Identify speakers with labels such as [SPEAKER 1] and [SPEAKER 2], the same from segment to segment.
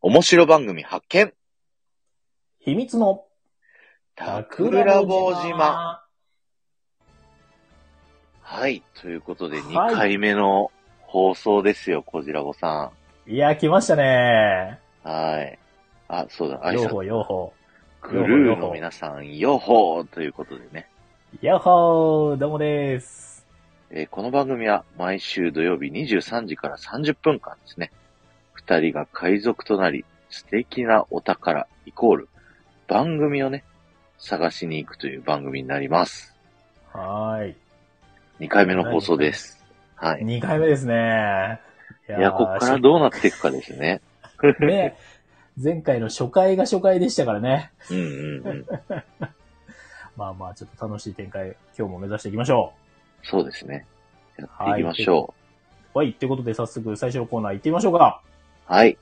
[SPEAKER 1] 面白番組発見
[SPEAKER 2] 秘密の
[SPEAKER 1] タクラボ島。はい。ということで、
[SPEAKER 2] はい
[SPEAKER 1] 2回目の放送ですよ、こじらぼさ
[SPEAKER 2] いや、来ましたね。
[SPEAKER 1] ん。はい。あ、そうだ、挨
[SPEAKER 2] ヨー
[SPEAKER 1] 拶。
[SPEAKER 2] ホーヨーホ
[SPEAKER 1] グルーの皆さん、ヨッホーということでね。
[SPEAKER 2] ー。ヨーホーどうもです。
[SPEAKER 1] えーこの番組は毎週土曜日23時から30分間ですね。二人が海賊となり、素敵なお宝、イコール、番組をね、探しに行くという番組になります。
[SPEAKER 2] はーい。
[SPEAKER 1] 2回目の放送です。はい。
[SPEAKER 2] 2回目ですね。い
[SPEAKER 1] いや、ここからどうなっていくかですね。
[SPEAKER 2] うね。前回の初回が初回でしたからね。
[SPEAKER 1] うんうんうん。
[SPEAKER 2] まあまあ、ちょっと楽しい展開、今日も目指していきましょ
[SPEAKER 1] そうですね。やっていきましょ
[SPEAKER 2] う。はい。ということで、早速最初のコーナー行ってみましょうか。
[SPEAKER 1] う。はい。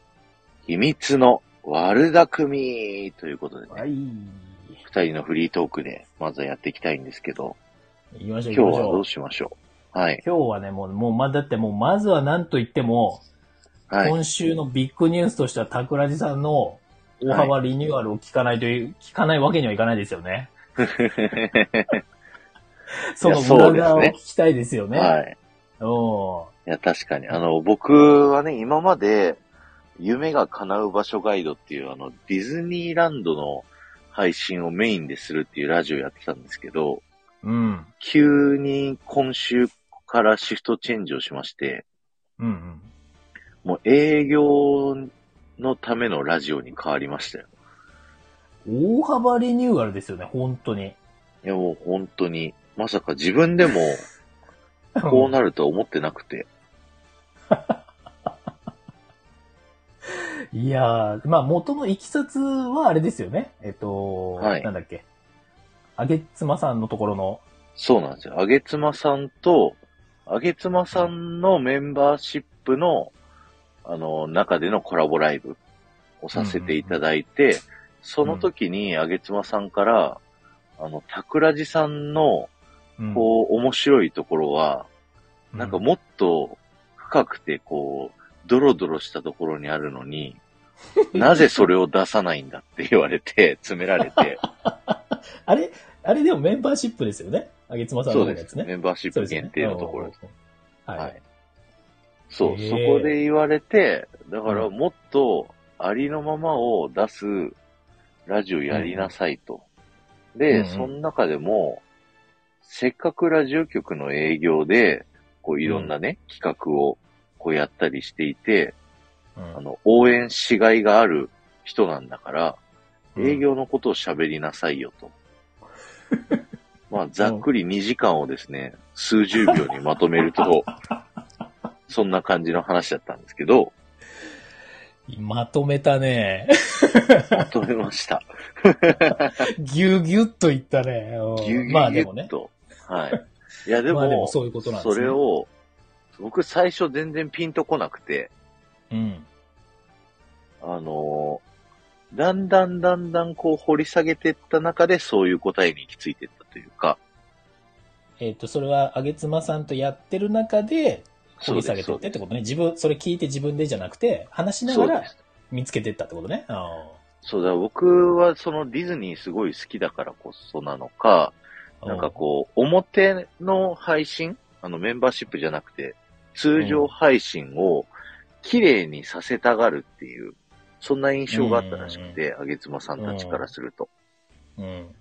[SPEAKER 1] 秘密の悪巧みということでね、
[SPEAKER 2] はい。
[SPEAKER 1] 二人のフリートークで、まずはやっていきたいんですけど、
[SPEAKER 2] 行きましょう、
[SPEAKER 1] 今日
[SPEAKER 2] 行きま
[SPEAKER 1] は
[SPEAKER 2] しょ
[SPEAKER 1] ど
[SPEAKER 2] う
[SPEAKER 1] う。しましょう。はい。
[SPEAKER 2] 今日はね、もう、もう、ま、だってもう、まずは何と言っても、
[SPEAKER 1] はい。
[SPEAKER 2] 今週のビッグニュースとしては、タクラジさんの大幅リニューアルを聞かないという、聞かないわけにはいかないですよね。その裏側を聞きたいですよね。
[SPEAKER 1] はい。
[SPEAKER 2] お
[SPEAKER 1] いや、確かに。あの、僕はね、今まで、夢が叶う場所ガイドっていう、あの、ディズニーランドの配信をメインでするっていうラジオやってたんですけど、
[SPEAKER 2] うん。
[SPEAKER 1] 急に今週からシフトチェンジをしまして、
[SPEAKER 2] うんうん。
[SPEAKER 1] もう営業のためのラジオに変わりましたよ。
[SPEAKER 2] 大幅リニューアルですよね、本当に。
[SPEAKER 1] いや、もう本当に、まさか自分でもこうなるとは思ってなくて、
[SPEAKER 2] いやー、まあ、元のいきさつはあれですよね。えっと、
[SPEAKER 1] はい
[SPEAKER 2] なんだっけ。あげつまさんのところの、
[SPEAKER 1] そうなんですよ。あげつまさんと、あげつまさんのメンバーシップの、あの、中でのコラボライブをさせていただいて、その時にあげつまさんから、あの、たくらじさんの、
[SPEAKER 2] うん
[SPEAKER 1] こう、面白いところは、
[SPEAKER 2] う
[SPEAKER 1] なんかもっと深くて、こう、ドロドロしたところにあるの に、なぜそれを出さないんだって言われて、詰められ て、
[SPEAKER 2] あれ、あれでもメンバーシップですよね。あげつまさん
[SPEAKER 1] そ
[SPEAKER 2] の
[SPEAKER 1] う
[SPEAKER 2] や
[SPEAKER 1] で
[SPEAKER 2] つ
[SPEAKER 1] す
[SPEAKER 2] ね。
[SPEAKER 1] ね。メンバーシップ限定のところです。
[SPEAKER 2] ですね。うんは。
[SPEAKER 1] はいい。そう、
[SPEAKER 2] へー
[SPEAKER 1] そこで言われて、だからもっとありのままを出すラジオやりなさいと。
[SPEAKER 2] うんう
[SPEAKER 1] で、
[SPEAKER 2] ん
[SPEAKER 1] その中でも、せっかくラジオ局の営業で、こういろんなね、企画をこうやったりしていて、
[SPEAKER 2] うん
[SPEAKER 1] あの、応援しがいがある人なんだから、
[SPEAKER 2] うん
[SPEAKER 1] 営業のことを喋りなさいよ と。まあ、ざっくり2時間をですね、数十秒にまとめる と、そんな感じの話だったんですけど、
[SPEAKER 2] まとめたね。
[SPEAKER 1] まとめました。
[SPEAKER 2] ぎゅうぎゅっといったね。 うん
[SPEAKER 1] ぎゅうぎゅ
[SPEAKER 2] まあ
[SPEAKER 1] うぎ
[SPEAKER 2] で
[SPEAKER 1] ゅ
[SPEAKER 2] もね
[SPEAKER 1] っ。と。はい。いや、でも、
[SPEAKER 2] まあでもそういうことなんですね。
[SPEAKER 1] それを、僕最初全然ピンとこなくて、
[SPEAKER 2] うん。
[SPEAKER 1] あのーだんだんだんだんこう掘り下げていった中でそういう答えに行き着いていったというか、
[SPEAKER 2] えっ、と、それは、あげつまさんとやってる中で、掘り下げて
[SPEAKER 1] そ
[SPEAKER 2] っ
[SPEAKER 1] うで
[SPEAKER 2] てっ
[SPEAKER 1] す
[SPEAKER 2] てことね。自分、それ聞いて自分でじゃなくて、話しな
[SPEAKER 1] そ
[SPEAKER 2] が
[SPEAKER 1] うで
[SPEAKER 2] ら
[SPEAKER 1] す。
[SPEAKER 2] 見つけてったってことね。あ
[SPEAKER 1] そうだ、僕はそのディズニーすごい好きだからこそなのか、
[SPEAKER 2] ー
[SPEAKER 1] なんかこう、表の配信、あのメンバーシップじゃなくて、通常配信を綺麗にさせたがるっていう、そんな印象があったらしくて、あげつまさんたちからすると。
[SPEAKER 2] うん。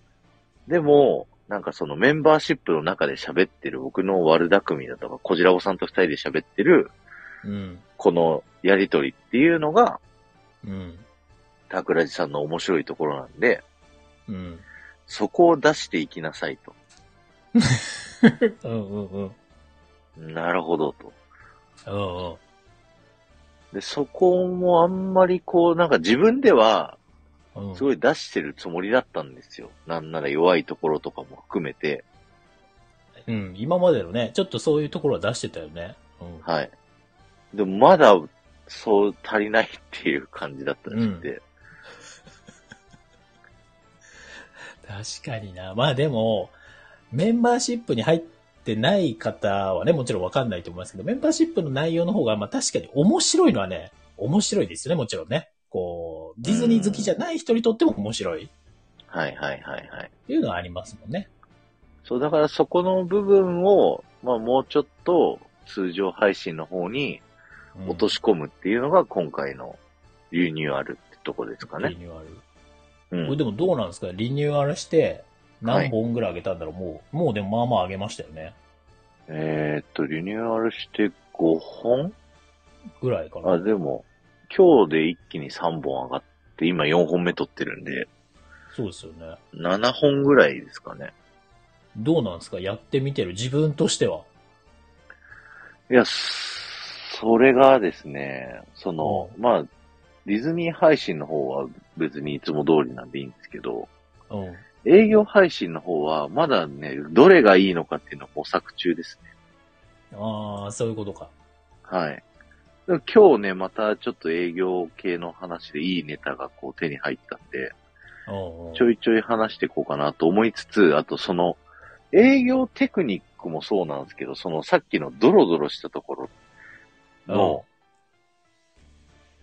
[SPEAKER 1] でも、なんかそのメンバーシップの中で喋ってる僕の悪巧みだとか、こじらぼさんと二人で喋ってる、
[SPEAKER 2] うん。
[SPEAKER 1] このやりとりっていうのが、
[SPEAKER 2] うん。
[SPEAKER 1] たくらじさんの面白いところなんで、
[SPEAKER 2] うん。
[SPEAKER 1] そこを出していきなさいと。
[SPEAKER 2] うんうんうん。
[SPEAKER 1] なるほどと。
[SPEAKER 2] うんうん。
[SPEAKER 1] で、そこもあんまりこう、なんか自分では、
[SPEAKER 2] うん
[SPEAKER 1] すごい出してるつもりだったんですよ。なんなら弱いところとかも含めて、
[SPEAKER 2] うん、今までのね、ちょっとそういうところは出してたよね。うん。
[SPEAKER 1] はい。でもまだ、そう足りないっていう感じだったらしくて、
[SPEAKER 2] 確かにな。まあでも、メンバーシップに入ってない方はね、もちろんわかんないと思いますけど、メンバーシップの内容の方が、まあ確かに面白いのはね、面白いですよね、もちろんね。ディズニー好きじゃない人にとっても面白いっ
[SPEAKER 1] はいはいはいはい。
[SPEAKER 2] ていうのはありますもんね。
[SPEAKER 1] そう、だからそこの部分を、まあもうちょっと通常配信の方に
[SPEAKER 2] うん
[SPEAKER 1] 落とし込むっていうのが今回のリニューアルってとこですかね。
[SPEAKER 2] リニューアル。
[SPEAKER 1] う
[SPEAKER 2] これ
[SPEAKER 1] ん。
[SPEAKER 2] でもどうなんですかリニューアルして、何本ぐらい上げたんだろう、もう、もうでもまあまあ上げましたよね。
[SPEAKER 1] えーっと、リニューアルして5本
[SPEAKER 2] ぐらいかな。
[SPEAKER 1] あ、でも、今日で一気に3本上がって、今4本目撮ってるんで、
[SPEAKER 2] そうですよね。
[SPEAKER 1] 7本ぐらいですかね。
[SPEAKER 2] どうなんですかやってみてる自分としては。
[SPEAKER 1] いや、それがですね、その、まあ、ディズニー配信の方は別にいつも通りなんでいいんですけど、
[SPEAKER 2] うん。
[SPEAKER 1] 営業配信の方は、まだね、どれがいいのかっていうのを模索中ですね。
[SPEAKER 2] ああ、そういうことか。
[SPEAKER 1] はい。でも今日ね、またちょっと営業系の話でいいネタがこう手に入ったんで、
[SPEAKER 2] うん、うん。
[SPEAKER 1] ちょいちょい話していこうかなと思いつつ、あとその、営業テクニックもそうなんですけど、そのさっきのドロドロしたところの、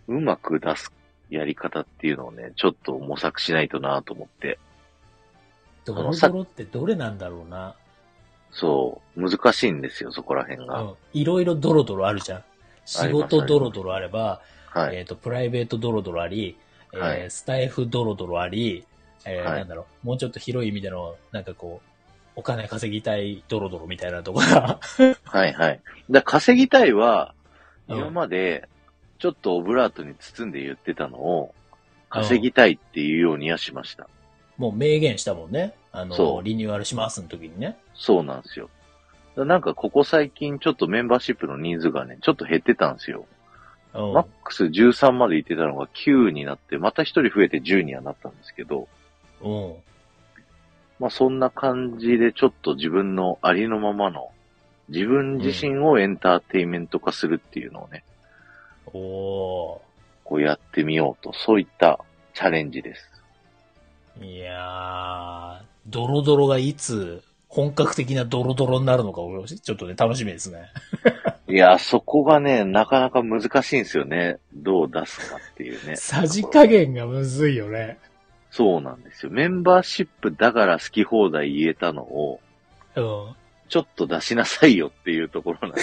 [SPEAKER 1] うまく出すやり方っていうのをね、ちょっと模索しないとなと思って、
[SPEAKER 2] ドロドロってどれなんだろうな。
[SPEAKER 1] そう、難しいんですよ、そこら辺
[SPEAKER 2] う
[SPEAKER 1] が。
[SPEAKER 2] ん。いろいろドロドロあるじゃん。仕事ドロドロあれば、
[SPEAKER 1] はい。
[SPEAKER 2] えっ、と、プライベートドロドロあり、えー
[SPEAKER 1] はい
[SPEAKER 2] スタイフドロドロあり、えー
[SPEAKER 1] はい
[SPEAKER 2] なんだろう、もうちょっと広い意味での、なんかこう、お金稼ぎたいドロドロみたいなとこが、
[SPEAKER 1] はいはい。だから稼ぎたいは、
[SPEAKER 2] うん
[SPEAKER 1] 今まで、ちょっとオブラートに包んで言ってたのを、稼ぎたいっていうようにはしました。
[SPEAKER 2] もう明言したもんね。あ
[SPEAKER 1] そ
[SPEAKER 2] の、
[SPEAKER 1] う
[SPEAKER 2] リニューアルしますの時にね。
[SPEAKER 1] そうなんですよ。だからなんかここ最近ちょっとメンバーシップの人数がね、ちょっと減ってたんですよ。
[SPEAKER 2] うん。
[SPEAKER 1] マックス13までいってたのが9になって、また1人増えて10にはなったんですけど、
[SPEAKER 2] うん。
[SPEAKER 1] まあそんな感じでちょっと自分のありのままの、自分自身をエンターテインメント化するっていうのをね、
[SPEAKER 2] お
[SPEAKER 1] こうやってみようと、そういったチャレンジです。
[SPEAKER 2] ー。いやー、ドロドロがいつ、本格的なドロドロになるのか、ちょっとね、楽しみですね。。
[SPEAKER 1] いや、そこがね、なかなか難しいんですよね。どう出すかっていうね
[SPEAKER 2] さじ加減がむずいよね。
[SPEAKER 1] そうなんですよ。メンバーシップだから好き放題言えたのを、
[SPEAKER 2] うん。
[SPEAKER 1] ちょっと出しなさいよっていうところなん で、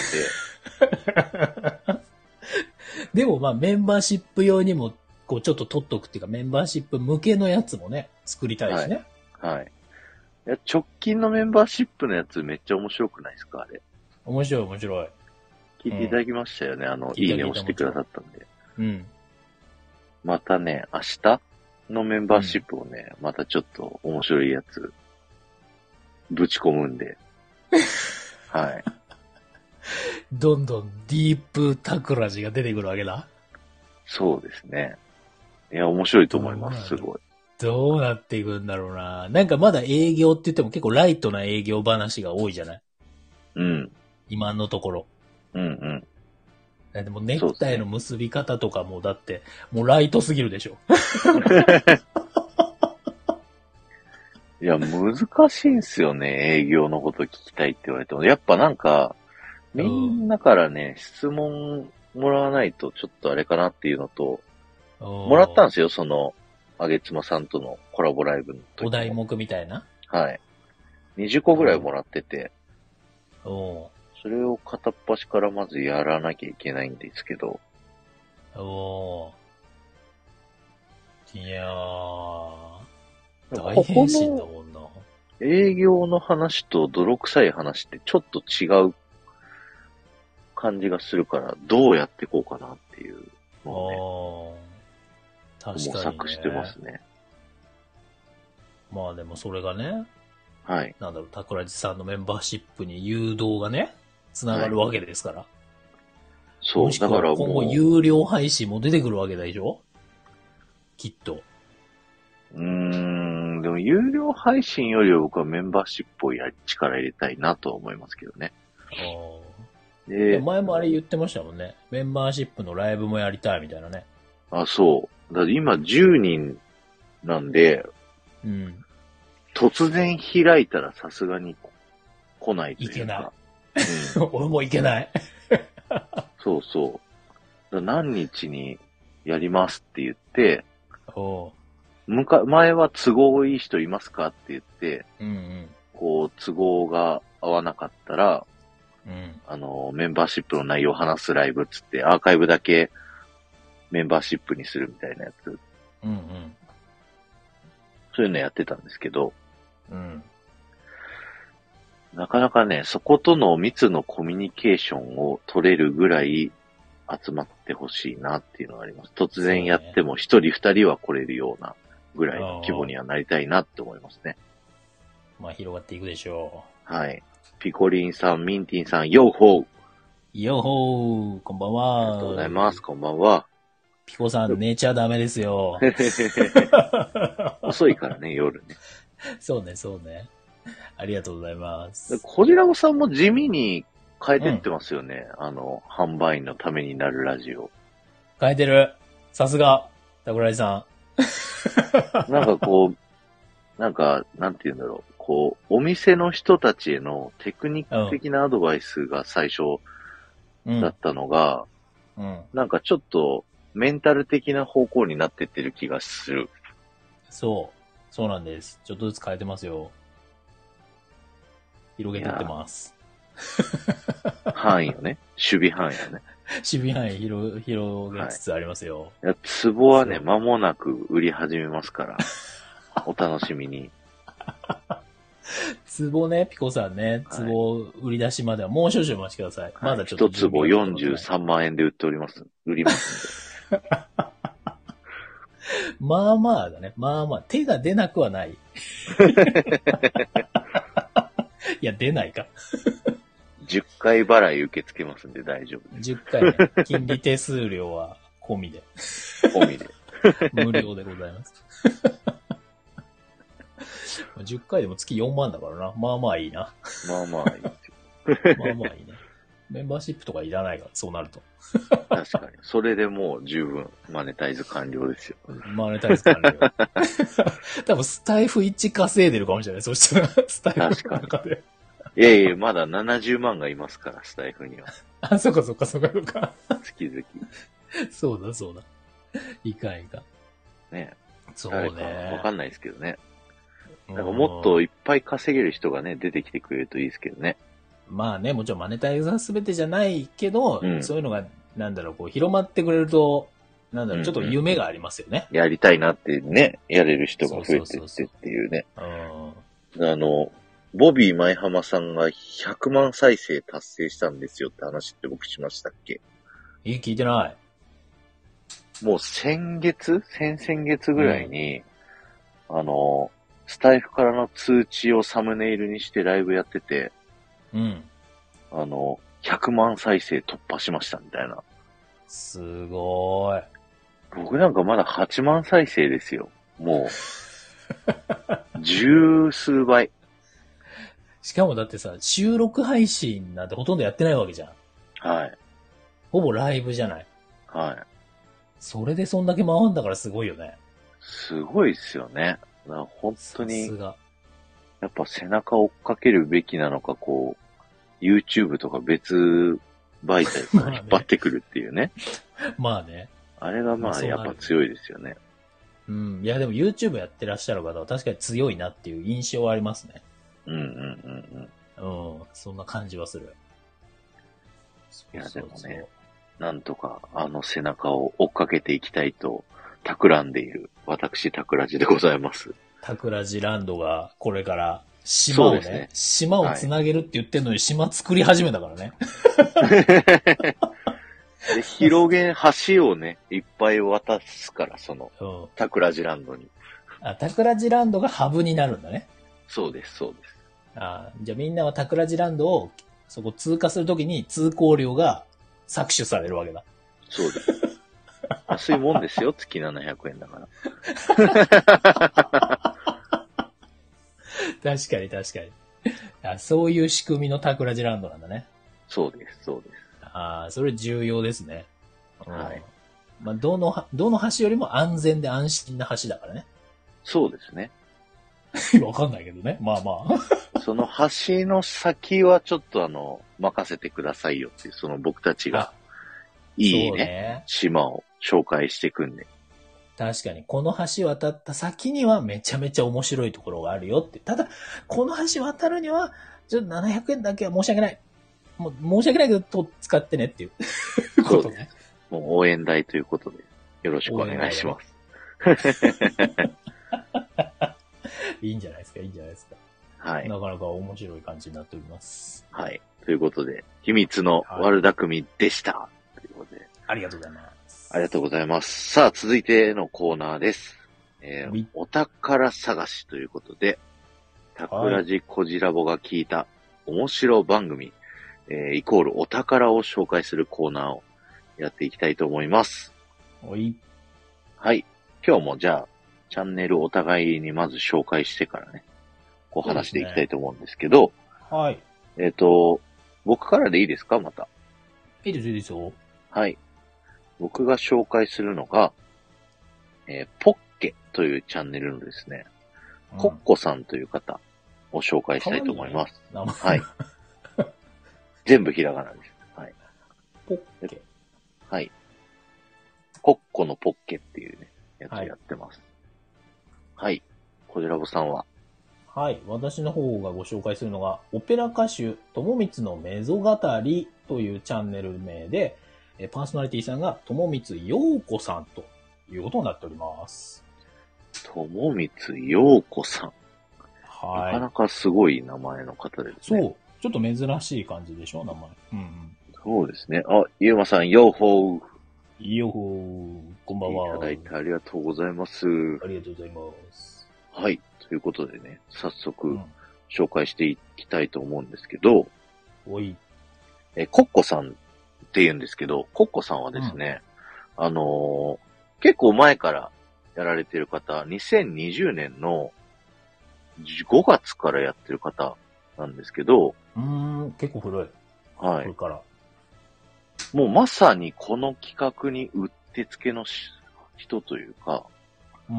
[SPEAKER 2] でもまあメンバーシップ用にも、こうちょっと取っとくっていうかメンバーシップ向けのやつもね、作りたいしね。
[SPEAKER 1] はい。いや、直近のメンバーシップのやつめっちゃ面白くないですかあれ。
[SPEAKER 2] 面白い面白い。
[SPEAKER 1] 聞いていただきましたよね。あの、
[SPEAKER 2] 聞い
[SPEAKER 1] い
[SPEAKER 2] た
[SPEAKER 1] いねをしてくださったんで。
[SPEAKER 2] うん。
[SPEAKER 1] またね、明日のメンバーシップをね、またちょっと面白いやつ、ぶち込むん で。はい。
[SPEAKER 2] どんどんディープタクラジが出てくるわけだ。
[SPEAKER 1] そうですね。いや、面白いと思いま
[SPEAKER 2] うん
[SPEAKER 1] す、すごい。
[SPEAKER 2] どうなっていくんだろうな。なんかまだ営業って言っても結構ライトな営業話が多いじゃない
[SPEAKER 1] うん。
[SPEAKER 2] 今のところ。
[SPEAKER 1] うんうん。
[SPEAKER 2] だってもうネクタイの結び方とかもだって、もうライトすぎるでしょ。
[SPEAKER 1] いや、難しいんすよね、営業のこと聞きたいって言われても。やっぱなんか、みんなからね、質問もらわないとちょっとあれかなっていうのと、も
[SPEAKER 2] も
[SPEAKER 1] らったん
[SPEAKER 2] ん
[SPEAKER 1] ですよ、その、あげつまさんとのコラボライブの時。
[SPEAKER 2] お題。目みたいな。
[SPEAKER 1] はい。20個ぐらいもらってて、
[SPEAKER 2] うん。
[SPEAKER 1] それを片っ端からまずやらなきゃいけないんですけど、
[SPEAKER 2] おー。いやー。大
[SPEAKER 1] こ
[SPEAKER 2] 変
[SPEAKER 1] こ
[SPEAKER 2] 身だ
[SPEAKER 1] の
[SPEAKER 2] もんな。
[SPEAKER 1] 営業の話と泥臭い話ってちょっと違う感じがするから、どうやっていこうかなっていう
[SPEAKER 2] あ
[SPEAKER 1] のをね、
[SPEAKER 2] あー。
[SPEAKER 1] 模
[SPEAKER 2] 確か
[SPEAKER 1] 索
[SPEAKER 2] に、ね。
[SPEAKER 1] してますね。
[SPEAKER 2] まあでもそれがね、
[SPEAKER 1] はい。
[SPEAKER 2] なんだろう、桜地さんのメンバーシップに誘導がね、つながるわけですから。
[SPEAKER 1] そう、
[SPEAKER 2] もしく
[SPEAKER 1] だ
[SPEAKER 2] は
[SPEAKER 1] から
[SPEAKER 2] 今
[SPEAKER 1] も
[SPEAKER 2] 後
[SPEAKER 1] う、
[SPEAKER 2] 有料配信も出てくるわけでしょきっと。
[SPEAKER 1] うーん、でも有料配信よりは僕はメンバーシップをや力入れたいなとは思いますけどね。
[SPEAKER 2] あー
[SPEAKER 1] で、
[SPEAKER 2] 前もあれ言ってましたもんね。メンバーシップのライブもやりたいみたいなね。
[SPEAKER 1] あ、そう。だって今10人なんで、
[SPEAKER 2] うん。
[SPEAKER 1] 突然開いたらさすがに来ないというか。
[SPEAKER 2] いけな
[SPEAKER 1] うん
[SPEAKER 2] 俺もいけない。
[SPEAKER 1] そうそう。だから何日にやりますって言って、
[SPEAKER 2] おう
[SPEAKER 1] むか、前は都合いい人いますかって言って、
[SPEAKER 2] うん
[SPEAKER 1] こう、都合が合わなかったら、
[SPEAKER 2] うん。うん。
[SPEAKER 1] あの、メンバーシップの内容を話すライブっつって、アーカイブだけメンバーシップにするみたいなやつ、
[SPEAKER 2] うん
[SPEAKER 1] そういうのやってたんですけど、
[SPEAKER 2] うん。うん。
[SPEAKER 1] なかなかね、そことの密のコミュニケーションを取れるぐらい集まってほしいなっていうのがあります。突然やっても一人二人は来れるようなぐらいの規模にはなりたいなって思いますね。
[SPEAKER 2] まあ広がっていくでしょ
[SPEAKER 1] はい。ピコリンさん、ミンティンさん、ヨーホー
[SPEAKER 2] う。よほー、こんばん
[SPEAKER 1] あ
[SPEAKER 2] は。
[SPEAKER 1] りがとうございます。。こんばんは。
[SPEAKER 2] ピコさん、寝ちゃダメで すよ。
[SPEAKER 1] 遅いからね、夜ね。
[SPEAKER 2] そうね、そうね。ありがとうございます。
[SPEAKER 1] こじらぼさんも地味に変えてってますよね。あの、販売員のためになるラジオ。
[SPEAKER 2] 変えてる。さすが、桜井さ
[SPEAKER 1] なんかこう、なんか、なんて言うんだろう。こう、お店の人たちへのテクニック的なアドバイスが最初
[SPEAKER 2] ん。うん
[SPEAKER 1] だ。ったのが、
[SPEAKER 2] うん。
[SPEAKER 1] なんかちょっとメンタル的な方向になってってる気がす る。
[SPEAKER 2] そう。そうなんです。ちょっとずつ変えてますよ。広げてってます。
[SPEAKER 1] 範囲をね。守備範囲をね。
[SPEAKER 2] 守備範囲広、広げつつありますよ。
[SPEAKER 1] いや、壺はね、
[SPEAKER 2] そう
[SPEAKER 1] 間もなく売り始めます から、お楽しみに。
[SPEAKER 2] ツボね、ピコさんね、
[SPEAKER 1] はい
[SPEAKER 2] ツボ売り出しまではもう少々お待ちください。まだちょっと。
[SPEAKER 1] 一壺43万円で売っております。売ります。
[SPEAKER 2] まあまあだね。まあまあ。手が出なくはない。いや、出ないか。
[SPEAKER 1] 10回払い受け付けますんで大丈夫で
[SPEAKER 2] 10回ね。金利手数料は込みで。
[SPEAKER 1] す。込 みで。
[SPEAKER 2] 無料でございます。10回でも月4万だからな。まあまあいいな。
[SPEAKER 1] まあまあいいですよ。
[SPEAKER 2] まあまあいいね。メンバーシップとかいらないから、そうなると。
[SPEAKER 1] 確かに。それでもう十分マネタイズ完了ですよ。
[SPEAKER 2] マネタイズ完了。多分スタイフ1稼いでるかもしれない。そしたら、スタイフの中で。
[SPEAKER 1] いや いや、まだ70万がいますから、スタイフには。
[SPEAKER 2] あ、そっかそっかそっかそっか。
[SPEAKER 1] 月々。
[SPEAKER 2] そうだそうだ。いかんいかん。
[SPEAKER 1] ね。
[SPEAKER 2] そう
[SPEAKER 1] 誰かわ
[SPEAKER 2] ね。
[SPEAKER 1] かんないですけどね。
[SPEAKER 2] な
[SPEAKER 1] なんかもっといっぱい稼げる人がね、出てきてくれるといいですけどね。
[SPEAKER 2] まあね、もちろんマネタイズは全てじゃないけど、
[SPEAKER 1] うん
[SPEAKER 2] そういうのが、なんだろう、こう、広まってくれると、なんだろう、ちょっと夢がありますよね。
[SPEAKER 1] やりたいなってね、やれる人が増えてってっていうね。
[SPEAKER 2] うん。
[SPEAKER 1] あの、ボビー前浜さんが100万再生達成したんですよって話って僕しましたっけ
[SPEAKER 2] え、聞いてない。
[SPEAKER 1] もう先月先々月ぐらいに、あの、スタイフからの通知をサムネイルにしてライブやってて、
[SPEAKER 2] うん。
[SPEAKER 1] あの、100万再生突破しましたみたいな。
[SPEAKER 2] すごい。
[SPEAKER 1] 僕なんかまだ8万再生ですよ。も う、十数倍。
[SPEAKER 2] しかもだってさ、収録配信なんてほとんどやってないわけじゃん。
[SPEAKER 1] はい。
[SPEAKER 2] ほぼライブじゃない。
[SPEAKER 1] はい。
[SPEAKER 2] それでそんだけ回んだからすごいよね。
[SPEAKER 1] すごいっすよね。だから本当
[SPEAKER 2] さす
[SPEAKER 1] に、
[SPEAKER 2] が。
[SPEAKER 1] やっぱ背中を追っかけるべきなのか、こう、YouTube とか別媒体と
[SPEAKER 2] まあ
[SPEAKER 1] か
[SPEAKER 2] ね
[SPEAKER 1] 引っ張ってくるっていうね。
[SPEAKER 2] まあね。
[SPEAKER 1] あれがま
[SPEAKER 2] まあ
[SPEAKER 1] あ
[SPEAKER 2] そうな
[SPEAKER 1] や
[SPEAKER 2] る
[SPEAKER 1] っぱ強いですよね。
[SPEAKER 2] うん。いや、でも YouTube やってらっしゃる方は確かに強いなっていう印象はありますね。
[SPEAKER 1] うんうんうんうん。
[SPEAKER 2] うん。そんな感じはする。
[SPEAKER 1] いや
[SPEAKER 2] そうそうそう
[SPEAKER 1] でもね。なんとかあの背中を追っかけていきたいと企んでいる私企地でございます。
[SPEAKER 2] タクラジランドがこれから島
[SPEAKER 1] そ
[SPEAKER 2] をね、
[SPEAKER 1] うですね
[SPEAKER 2] 島をつなげるって言ってんのに島作り始めたからね。
[SPEAKER 1] で広げ、橋をね、 いっぱい渡すから、その
[SPEAKER 2] うん。
[SPEAKER 1] 企地ランドに。
[SPEAKER 2] あ、タクラジランドがハブになるんだね。
[SPEAKER 1] そうです、そうです。
[SPEAKER 2] あじゃあみんなはタクラジランドをそこ通過するときに通行料が搾取されるわけだ。
[SPEAKER 1] そうです。 安いもんですよ、月700円だから。
[SPEAKER 2] 確かに確かに。あそういう仕組みのタクラジランドなんだね。
[SPEAKER 1] そうです、そうです。
[SPEAKER 2] ああ、それ重要ですね。うん
[SPEAKER 1] はい。
[SPEAKER 2] まあ、どのは、どの橋よりも安全で安心な橋だからね。
[SPEAKER 1] そうですね。
[SPEAKER 2] わかんないけどね。まあま あ。
[SPEAKER 1] その橋の先はちょっとあの、任せてくださいよっていう、その僕たちが、いい
[SPEAKER 2] そう
[SPEAKER 1] ね、島を紹介してくんで。
[SPEAKER 2] 確かに、この橋渡った先にはめちゃめちゃ面白いところがあるよって。ただ、この橋渡るには、ちょっと700円だけは申し訳ない。もう申し訳ないけど、と使ってねっていうことね。
[SPEAKER 1] もう応援台ということで、よろしくお願いします。
[SPEAKER 2] いいんじゃないですか、いいんじゃないですか。
[SPEAKER 1] はい。
[SPEAKER 2] なかなか面白い感じになっております。
[SPEAKER 1] はい。ということで、秘密の悪巧みでした。ということで、
[SPEAKER 2] ありがとうございます。
[SPEAKER 1] ありがとうございます。さあ、続いてのコーナーです。え
[SPEAKER 2] は
[SPEAKER 1] ー
[SPEAKER 2] い、
[SPEAKER 1] お宝探しということで、タクラジコジラボが聞いた面白番組、えーイコールお宝を紹介するコーナーをやっていきたいと思います。
[SPEAKER 2] おい。
[SPEAKER 1] はい。今日もじゃあ、チャンネルお互いにまず紹介してからね、こう話していきたいと思うんですけど、
[SPEAKER 2] はい。
[SPEAKER 1] えっ、と、僕からでいいですかまた。
[SPEAKER 2] いいですよ、いいですよ。
[SPEAKER 1] はい。僕が紹介するのが、えーポッケというチャンネルのですね、
[SPEAKER 2] うん
[SPEAKER 1] コッコさんという方を紹介したいと思います。
[SPEAKER 2] 名前
[SPEAKER 1] はい。 全部ひらがなです。はい。
[SPEAKER 2] ポッケ。
[SPEAKER 1] はい。コッコのポッケっていうね、やつをやってます。はい。コジラボさんは、
[SPEAKER 2] はい。私の方がご紹介するのが、オペラ歌手、ともみつのメゾ語りというチャンネル名で、えパーソナリティさんが、ともみつようこさんということになっております。
[SPEAKER 1] ともみつようこさん。なか
[SPEAKER 2] は
[SPEAKER 1] なかすごい名前の方で
[SPEAKER 2] い。
[SPEAKER 1] すね。
[SPEAKER 2] そう。ちょっと珍しい感じでしょ、名前。うんうん。
[SPEAKER 1] そうですね。あ、ゆうまさん、ようほう。
[SPEAKER 2] よほー、こんばん
[SPEAKER 1] い
[SPEAKER 2] は。
[SPEAKER 1] ただいてありがとうございます。
[SPEAKER 2] ありがとうございます。
[SPEAKER 1] はい。ということでね、早
[SPEAKER 2] う
[SPEAKER 1] 速
[SPEAKER 2] ん。
[SPEAKER 1] 紹介していきたいと思うんですけど、
[SPEAKER 2] おい。
[SPEAKER 1] え、コッコさんって言うんですけど、コッコさんはですね、あのー結構前からやられてる方、2020年の5月からやってる方なんですけど、
[SPEAKER 2] うーん、結構古い。こ
[SPEAKER 1] はい
[SPEAKER 2] れ。から。
[SPEAKER 1] もうまさにこの企画にうってつけのし人というか、
[SPEAKER 2] うん。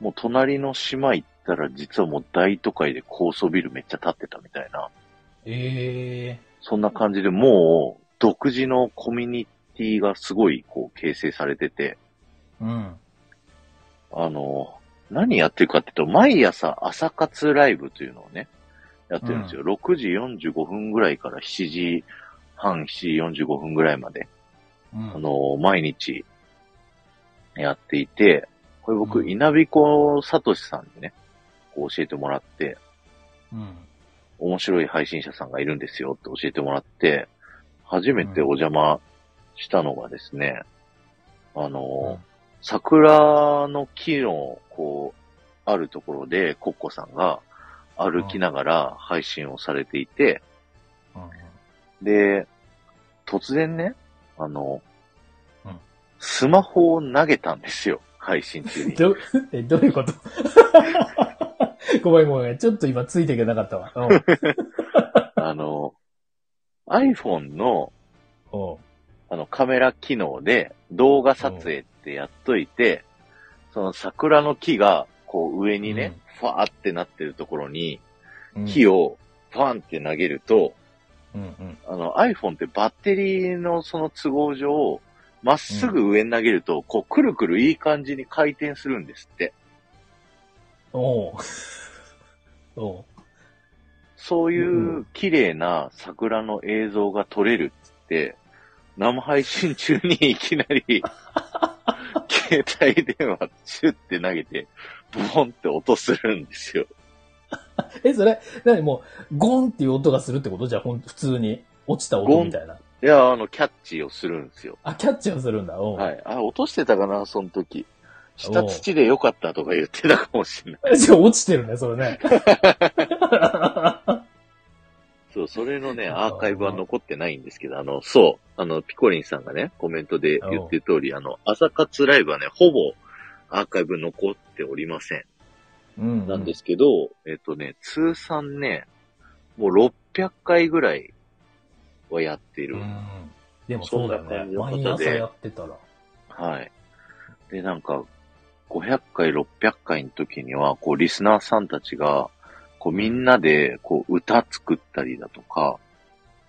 [SPEAKER 1] もう隣の島行ったら実はもう大都会で高層ビルめっちゃ建ってたみたいな、
[SPEAKER 2] ええ
[SPEAKER 1] そんな感じでもう独自のコミュニティがすごいこう形成されてて、
[SPEAKER 2] ー、うん。
[SPEAKER 1] あの、何やってるかっていうと、毎朝朝活ライブというのをね、やってるんですよ。6時45分ぐらいから7時半、7時45分ぐらいまで、
[SPEAKER 2] うん。
[SPEAKER 1] あの、毎日やっていて、これ僕、
[SPEAKER 2] うん
[SPEAKER 1] 稲彦さとしさんにね、こう教えてもらって、
[SPEAKER 2] うん。
[SPEAKER 1] 面白い配信者さんがいるんですよって教えてもらって、初めてお邪魔したのがですね、あの、桜の木の、こう、あるところで、コッコさんが歩きながら配信をされていて、
[SPEAKER 2] うんうん
[SPEAKER 1] で、突然ね、あの、
[SPEAKER 2] うん
[SPEAKER 1] スマホを投げたんですよ、配信中に。
[SPEAKER 2] ど、え、どう いうことごめんごめん。ちょっと今ついていけなかっ たわ。うん。
[SPEAKER 1] あの、iPhone の
[SPEAKER 2] うん
[SPEAKER 1] あのカメラ機能で動画撮影ってやっといて、その桜の木がこう上にね、ファーってなってるところに、
[SPEAKER 2] うん。
[SPEAKER 1] 木をファンって投げると、
[SPEAKER 2] うんうん。
[SPEAKER 1] あの iPhone ってバッテリーのその都合上、まっすぐ上に投げると、こう、くるくるいい感じに回転するんですって。
[SPEAKER 2] おう。 おう。
[SPEAKER 1] そういううん綺麗な桜の映像が撮れるっつって、生配信中にいきな り、携帯電話シュって投げて、ボンって音するんですよ。
[SPEAKER 2] え、それ、なにもう、ゴンっていう音がするってことじゃあ、ほん、普通に。落ちた
[SPEAKER 1] ゴ
[SPEAKER 2] 音
[SPEAKER 1] ン
[SPEAKER 2] みたいな。
[SPEAKER 1] いや、あの、キャッチをするんですよ。
[SPEAKER 2] あ、キャッチをするんだ。おう。
[SPEAKER 1] はい。あ、落としてたかな、その時。下土でよかったとか言ってたかもしれない。
[SPEAKER 2] じゃあ落ちてるね、それ ね。
[SPEAKER 1] そう、それのね、
[SPEAKER 2] あ
[SPEAKER 1] アーカイブは残ってないんですけど、あの、そう、あの、ピコリンさんがね、コメントで言ってる通り、あの、朝活ライブはね、ほぼアーカイブ残っておりません。
[SPEAKER 2] うん。
[SPEAKER 1] なんですけど、えっとね、通算ね、もう600回ぐらいはやっていうる。
[SPEAKER 2] ん。でもそうだよ
[SPEAKER 1] そんな感
[SPEAKER 2] ね
[SPEAKER 1] じ。の方で
[SPEAKER 2] 毎朝やってたら。
[SPEAKER 1] はい。で、なんか、500回、600回の時には、こう、リスナーさんたちが、こう、みんなで、こう、歌作ったりだとか、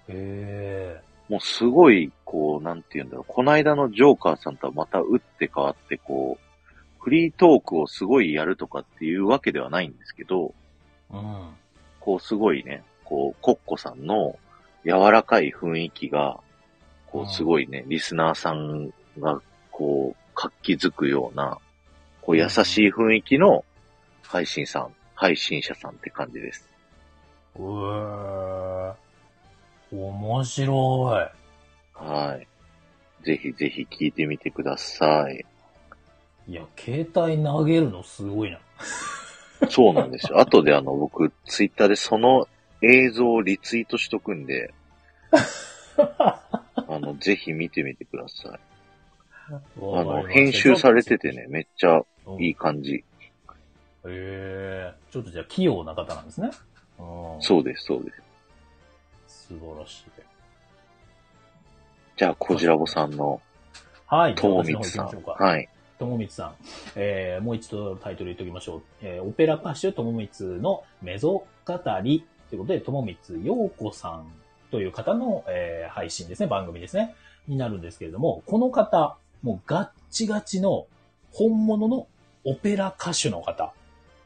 [SPEAKER 2] へ
[SPEAKER 1] もうすごい、こう、なんて言うんだろう、この間のジョーカーさんとはまた打って変わって、こう、フリートークをすごいやるとかっていうわけではないんですけど、
[SPEAKER 2] うん。
[SPEAKER 1] こうすごいね、こう、コッコさんの柔らかい雰囲気が、こ
[SPEAKER 2] うん
[SPEAKER 1] うすごいね、リスナーさんが、こう、活気づくような、こう優しい雰囲気の配信さん、配信者さんって感じです。
[SPEAKER 2] うー。面白
[SPEAKER 1] はい。ぜひぜひ聞いてみてください。
[SPEAKER 2] い。いや、携帯投げるのすごいな。
[SPEAKER 1] そうなんですよ。後であの、僕、ツイッターでその映像をリツイートしとくんで、あの、ぜひ見てみてください。あの、編集されててね、めっちゃ
[SPEAKER 2] うん。
[SPEAKER 1] いい感じ。
[SPEAKER 2] ええちょっとじゃあ器用な方なんですね。うん。
[SPEAKER 1] そうです、そうです。
[SPEAKER 2] 素晴らしい。
[SPEAKER 1] じゃあ、こじらぼさんの、
[SPEAKER 2] はい。
[SPEAKER 1] ともみつさ
[SPEAKER 2] じゃあ私の方行きましょ
[SPEAKER 1] ん
[SPEAKER 2] う。か
[SPEAKER 1] はい。
[SPEAKER 2] ともみつさん、えーもう一度タイトル言っておきましょう。えーオペラ歌手ともみつのメゾ語りということで、ともみつようこさんという方の、えー配信ですね、番組ですね、になるんですけれども、この方、もうガッチガチの本物のオペラ歌手の方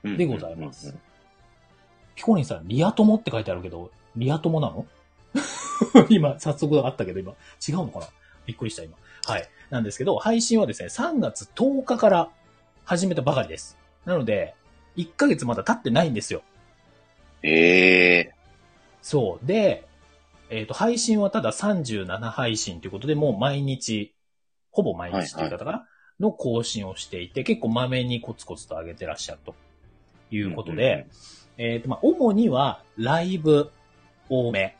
[SPEAKER 1] うん
[SPEAKER 2] でございま
[SPEAKER 1] うん
[SPEAKER 2] す。ピコリンさん、リア友って書いてあるけど、リア友なの 今、早速あったけど、今、違うのかなびっくりした、今。はい。なんですけど、配信はですね、3月10日から始めたばかりです。なので、1ヶ月まだ経ってないんですよ。
[SPEAKER 1] うんええ
[SPEAKER 2] そう。で、えっ、と、配信はただ37配信ということで、もう毎日、ほぼ毎日という方かな、の更新をしていて、結構まめにコツコツと上げてらっしゃるということで、えっ、と、まあ、主にはライブ多め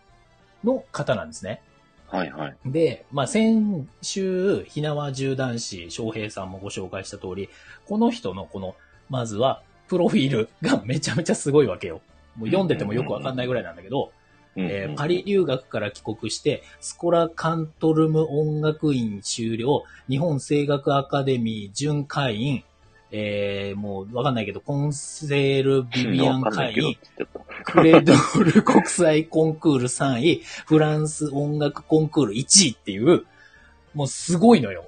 [SPEAKER 2] の方なんですね。
[SPEAKER 1] はいはい。
[SPEAKER 2] で、まあ、先週、ひなわ縦男子、翔平さんもご紹介した通り、この人のこの、まずは、プロフィールがめちゃめちゃすごいわけよ。もう読んでてもよくわかんないぐらいなんだけど、
[SPEAKER 1] うん
[SPEAKER 2] えー
[SPEAKER 1] うん
[SPEAKER 2] パリ留学から帰国して、スコラカントルム音楽院修了、日本声楽アカデミー準会員、えーもうわかんないけど、コンセールビビアン
[SPEAKER 1] わかんな
[SPEAKER 2] 会
[SPEAKER 1] いけどっ
[SPEAKER 2] 員
[SPEAKER 1] て、言ってた
[SPEAKER 2] クレドール国際コンクール3位、 フランス音楽コンクール1位っていう、もうすごいのよ。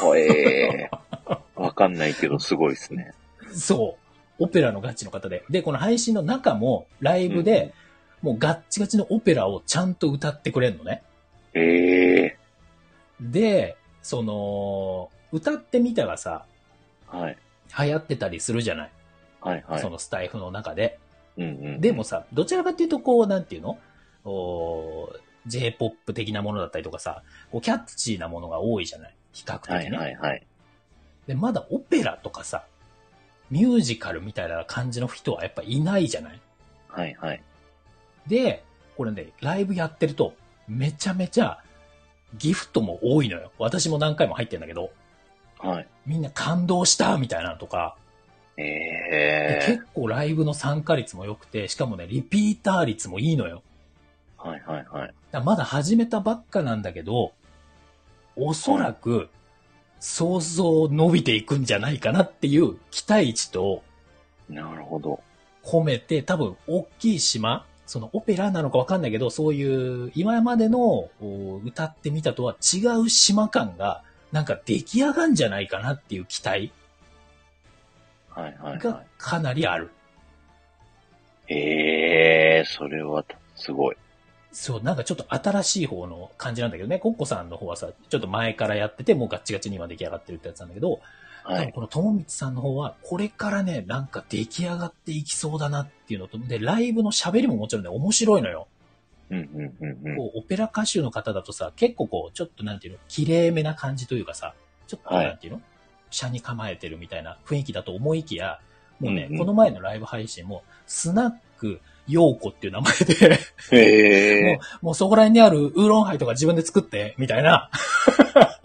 [SPEAKER 1] ほえー わかんないけど、すごいですね。
[SPEAKER 2] そう。オペラのガチの方で。で、この配信の中も、ライブで、もうガッチガチのオペラをちゃんと歌ってくれるのね。
[SPEAKER 1] ええ
[SPEAKER 2] で、その、歌ってみたがさ、
[SPEAKER 1] はい。
[SPEAKER 2] 流行ってたりするじゃない、
[SPEAKER 1] はいはい。
[SPEAKER 2] そのスタイフの中で。
[SPEAKER 1] うんうん、
[SPEAKER 2] でも、さ、どちらかっていうと、こう、なんていうのおー J-POP 的なものだったりとかさ、こうキャッチーなものが多いじゃない比較的ね。
[SPEAKER 1] はいはいはい。
[SPEAKER 2] で、まだオペラとかさ、ミュージカルみたいな感じの人はやっぱいないじゃない
[SPEAKER 1] はいはい。
[SPEAKER 2] で、これね、ライブやってると、めちゃめちゃギフトも多いのよ。私も何回も入ってんだけど、
[SPEAKER 1] はい。
[SPEAKER 2] みんな感動したみたいなのとか、
[SPEAKER 1] え
[SPEAKER 2] で
[SPEAKER 1] え
[SPEAKER 2] 結構ライブの参加率も良くて、しかもね、リピーター率もいいのよ。
[SPEAKER 1] はいはいはい。
[SPEAKER 2] だからまだ始めたばっかなんだけど、おそらく、想像伸びていくんじゃないかなっていう期待値と
[SPEAKER 1] なるほど。
[SPEAKER 2] 込めて、多分、大きい島、そのオペラなのかわかんないけど、そういう、今までのお歌ってみたとは違う島感が、なんか出来上がんじゃないかなっていう期待
[SPEAKER 1] はいはいは
[SPEAKER 2] がかなりある。
[SPEAKER 1] い。ええそれは、すごい。
[SPEAKER 2] そう、なんかちょっと新しい方の感じなんだけどね。コッコさんの方はさ、ちょっと前からやってて、もうガッチガチに今出来上がってるってやつなんだけど、
[SPEAKER 1] は
[SPEAKER 2] 多分
[SPEAKER 1] い。
[SPEAKER 2] このともみつさんの方は、これからね、なんか出来上がっていきそうだなっていうのと、で、ライブの喋りももちろんね、面白いのよ。
[SPEAKER 1] うんうんうんうん。
[SPEAKER 2] こう、オペラ歌手の方だとさ、結構こう、ちょっとなんていうの、綺麗めな感じというかさ、ちょっと
[SPEAKER 1] はい
[SPEAKER 2] なんていうの、車に構えてるみたいな雰囲気だと思いきや、もうね、
[SPEAKER 1] うんうん
[SPEAKER 2] この前のライブ配信も、スナック、ようこっていう名前で、
[SPEAKER 1] ええ
[SPEAKER 2] もうそこら辺にあるウーロンハイとか自分で作って、みたいな、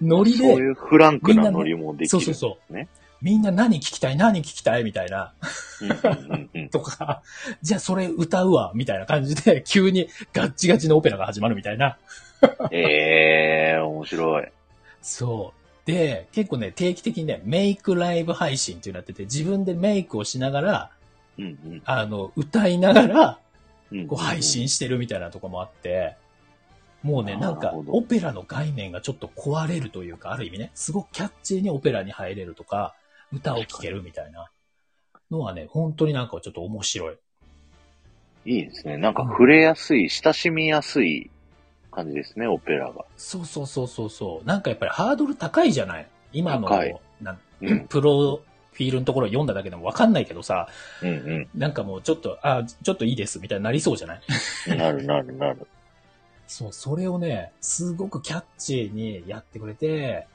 [SPEAKER 2] ノリ
[SPEAKER 1] そう
[SPEAKER 2] で、
[SPEAKER 1] いうフランクなノリもでき
[SPEAKER 2] そ
[SPEAKER 1] る、
[SPEAKER 2] うそうそう、
[SPEAKER 1] ね
[SPEAKER 2] みんな何聞きたい何聞きたいみたいな、
[SPEAKER 1] うんうんうんうん。
[SPEAKER 2] とか、じゃあそれ歌うわ、みたいな感じで、急にガッチガチのオペラが始まるみたいな。
[SPEAKER 1] ええ面白い。
[SPEAKER 2] そう。で、結構ね、定期的にね、メイクライブ配信っていうのやってて、自分でメイクをしながら、
[SPEAKER 1] うんうん
[SPEAKER 2] あの、歌いながら、
[SPEAKER 1] うんうん。
[SPEAKER 2] こう配信してるみたいなとこもあって、もうね、
[SPEAKER 1] あー
[SPEAKER 2] なん
[SPEAKER 1] な
[SPEAKER 2] か
[SPEAKER 1] るほ、ど
[SPEAKER 2] オペラの概念がちょっと壊れるというか、ある意味ね、すごくキャッチーにオペラに入れるとか、歌を聴けるみたいなのはね、本当になんかちょっと面白い。
[SPEAKER 1] いいですね。なんか触れやすい、親しみやすい感じですね、オペラが。
[SPEAKER 2] そうそうそうそうそう。なんかやっぱりハードル高いじゃない今の
[SPEAKER 1] 高い、
[SPEAKER 2] なん
[SPEAKER 1] うん。
[SPEAKER 2] プロフィールのところ読んだだけでもわかんないけどさ、
[SPEAKER 1] うんう
[SPEAKER 2] なんかもうちょっと、あ、ちょっといいですみたいになりそうじゃない
[SPEAKER 1] ん。なるなるなる。
[SPEAKER 2] そう、それをね、すごくキャッチーにやってくれて、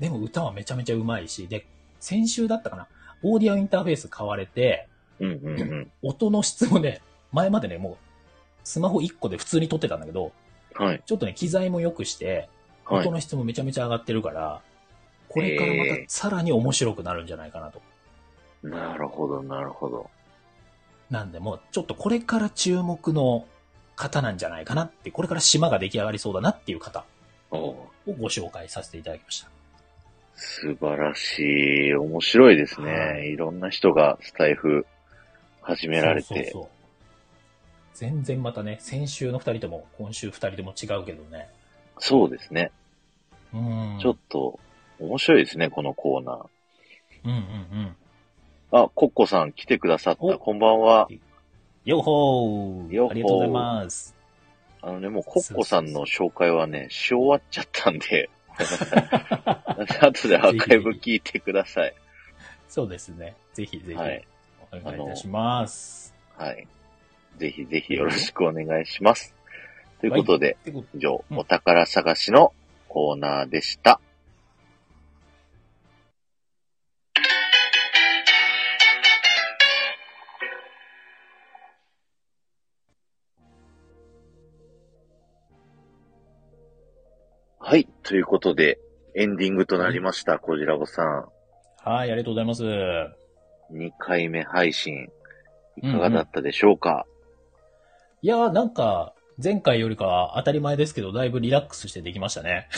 [SPEAKER 2] でも歌はめちゃめちゃうまいし、で、先週だったかなオーディオインターフェース買われて、
[SPEAKER 1] うんうんうん。
[SPEAKER 2] 音の質もね、前までね、もう、スマホ1個で普通に撮ってたんだけど、
[SPEAKER 1] はい。
[SPEAKER 2] ちょっとね、機材も良くして、
[SPEAKER 1] はい
[SPEAKER 2] 音。の質もめちゃめちゃ上がってるから、これからま
[SPEAKER 1] え
[SPEAKER 2] たさらに面白くなるんじゃないかなと。
[SPEAKER 1] なるほど、なるほど。
[SPEAKER 2] なんで、もうちょっとこれから注目の方なんじゃないかなって、これから島が出来上がりそうだなっていう方
[SPEAKER 1] おう
[SPEAKER 2] をご紹介させていただきました。
[SPEAKER 1] 素晴らしい。面白いです
[SPEAKER 2] は
[SPEAKER 1] ね。
[SPEAKER 2] い
[SPEAKER 1] いろんな人がスタイフ始められて。
[SPEAKER 2] そうそうそう全然またね、先週の二人とも、今週二人とも違うけどね。
[SPEAKER 1] そうですね。
[SPEAKER 2] うん。
[SPEAKER 1] ちょっと、面白いですね、このコーナー。
[SPEAKER 2] うんうんうん。
[SPEAKER 1] あ、コッコさん来てくださった。
[SPEAKER 2] お
[SPEAKER 1] こんばんは。
[SPEAKER 2] よっほー
[SPEAKER 1] よっほー
[SPEAKER 2] ありがとうございます。
[SPEAKER 1] あのね、もうコッコさんの紹介はね、し終わっちゃったんで。後でアーカイブ聞いてください。
[SPEAKER 2] そうですね。ぜひぜひ、
[SPEAKER 1] はい
[SPEAKER 2] お願いいたします。
[SPEAKER 1] はい。ぜひぜひよろしくお願いします。ということで、
[SPEAKER 2] ってこと
[SPEAKER 1] 以上、
[SPEAKER 2] うん
[SPEAKER 1] お宝探しのコーナーでした。はい。ということで、エンディングとなりました、こじらぼさ
[SPEAKER 2] はい、ありがとうございます。
[SPEAKER 1] ん。2回目配信、いかがだったでしょうか、
[SPEAKER 2] いやー、なんか、前回よりかは当たり前ですけど、だいぶリラックスしてできましたね。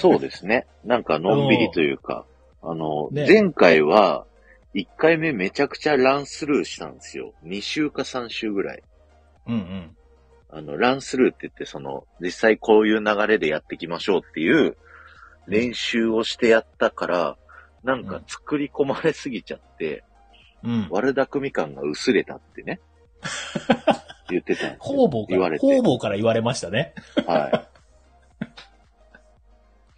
[SPEAKER 1] そうです ね。なんか、のんびりというか、あの、
[SPEAKER 2] ね
[SPEAKER 1] 前回は、1回目めちゃくちゃランスルーしたんですよ。2週か3週ぐらい。
[SPEAKER 2] うんうん。
[SPEAKER 1] あの、ランスルーって言って、その、実際こういう流れでやっていきましょうっていう練習をしてやったから、なんか作り込まれすぎちゃって、
[SPEAKER 2] うん。
[SPEAKER 1] 悪巧み感が薄れたって ね。言ってたんですよ
[SPEAKER 2] 方々か
[SPEAKER 1] 言わ
[SPEAKER 2] ら、
[SPEAKER 1] れ
[SPEAKER 2] 方
[SPEAKER 1] て。
[SPEAKER 2] 々から言われましたね。
[SPEAKER 1] はい。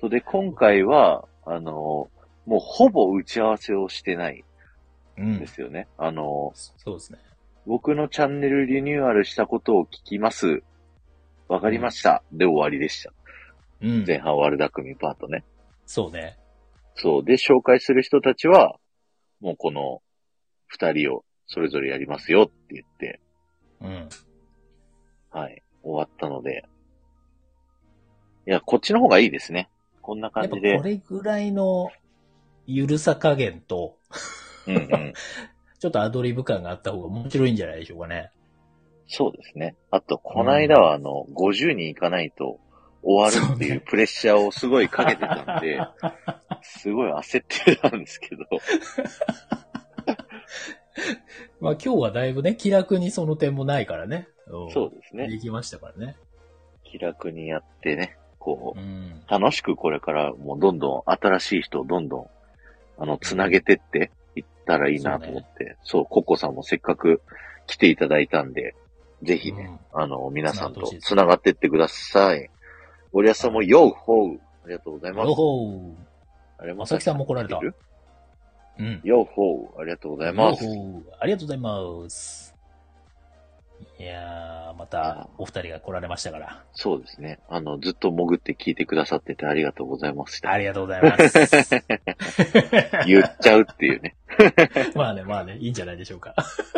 [SPEAKER 1] それで、今回は、あの、もうほぼ打ち合わせをしてない
[SPEAKER 2] うん
[SPEAKER 1] で
[SPEAKER 2] ん。
[SPEAKER 1] すよね。あの、
[SPEAKER 2] そうですね。
[SPEAKER 1] 僕のチャンネルリニューアルしたことを聞きます。わかりました。で終わりでした。
[SPEAKER 2] うん。
[SPEAKER 1] 前半悪巧みパートね。
[SPEAKER 2] そうね。
[SPEAKER 1] そう。で、紹介する人たちは、もうこの二人をそれぞれやりますよって言って、
[SPEAKER 2] うん。
[SPEAKER 1] はい。終わったので。いや、こっちの方がいいですね。こんな
[SPEAKER 2] や
[SPEAKER 1] 感
[SPEAKER 2] っぱ
[SPEAKER 1] じ
[SPEAKER 2] こ
[SPEAKER 1] で。
[SPEAKER 2] れぐらいのゆるさ加減と、
[SPEAKER 1] うんうん。
[SPEAKER 2] ちょっとアドリブ感があった方が面白いんじゃないでしょうかね。
[SPEAKER 1] そうですね。あと、この間はあの、50人いかないと終わるってい
[SPEAKER 2] そう
[SPEAKER 1] う
[SPEAKER 2] ね
[SPEAKER 1] プレッシャーをすごいかけてたん で、すごい焦ってたんですけど。
[SPEAKER 2] まあ今日はだいぶね、気楽にその点もないからね。ん
[SPEAKER 1] そうですね。
[SPEAKER 2] できましたからね。
[SPEAKER 1] 気楽にやってね、こ
[SPEAKER 2] う
[SPEAKER 1] う、
[SPEAKER 2] ん。
[SPEAKER 1] 楽しくこれからもうどんどん新しい人をどんどん、あの、つなげてっていったらいいなと思って、そう,、コッコさんもせっかく来ていただいたんで、ぜひね、あの、皆さんとつながってってください。ゴリアスさんも、ヨーホーありがとうござい
[SPEAKER 2] うん。
[SPEAKER 1] ま
[SPEAKER 2] よ
[SPEAKER 1] す。
[SPEAKER 2] ほー。
[SPEAKER 1] あれ
[SPEAKER 2] まさきさんも来られた
[SPEAKER 1] いる
[SPEAKER 2] うん。
[SPEAKER 1] ヨーホーありがとうございます。
[SPEAKER 2] よほーありがとうございます。いやー、またお二人が来られましたから。
[SPEAKER 1] そうですね。あの、ずっと潜って聞いてくださっててありがとうございました。
[SPEAKER 2] ありがとうございます。
[SPEAKER 1] 言っちゃうっていうね。
[SPEAKER 2] まあね、まあね、いいんじゃないでしょうか。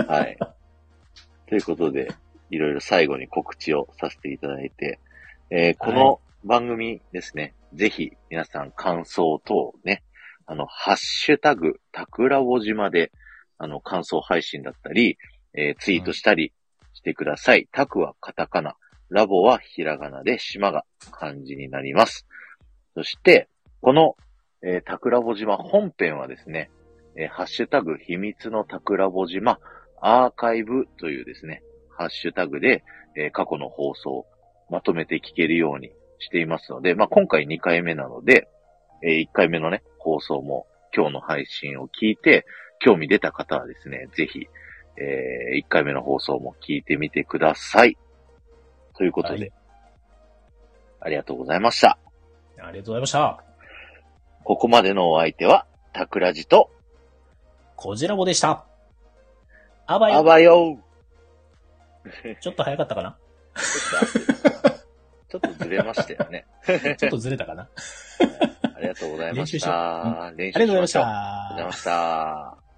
[SPEAKER 1] はい。ということで、いろいろ最後に告知をさせていただいて、えーこ
[SPEAKER 2] は
[SPEAKER 1] の番組ですね、ぜひ皆さん感想等ね、あの、ハッシュタグ、たくらぼ島で、あの、感想配信だったり、えーツイートしたりしてください。タクはカタカナ、ラボはひらがなで、島が漢字になります。そして、この、えー、タクラボ島本編はですね、えーハッシュタグ秘密のタクラボ島アーカイブというですね、ハッシュタグで、えー過去の放送まとめて聞けるようにしていますので、まあ、今回2回目なので、え1回目のね、放送も今日の配信を聞いて、興味出た方はですね、ぜひ、えー、1回目の放送も聞いてみてください。ということで、
[SPEAKER 2] はい
[SPEAKER 1] ありがとうございました。
[SPEAKER 2] ありがとうございました。
[SPEAKER 1] ここまでのお相手は、タクラジと、
[SPEAKER 2] こじらぼでした。あば
[SPEAKER 1] あ
[SPEAKER 2] よ。
[SPEAKER 1] ばよ
[SPEAKER 2] ちょっと早かったかな
[SPEAKER 1] ちょっとずれましたよね。
[SPEAKER 2] ちょっとずれた かなあ
[SPEAKER 1] ありがとうございま
[SPEAKER 2] 練習
[SPEAKER 1] し
[SPEAKER 2] しよう
[SPEAKER 1] た。練
[SPEAKER 2] りがとうございまし
[SPEAKER 1] しょうあ
[SPEAKER 2] た
[SPEAKER 1] りがとうございました。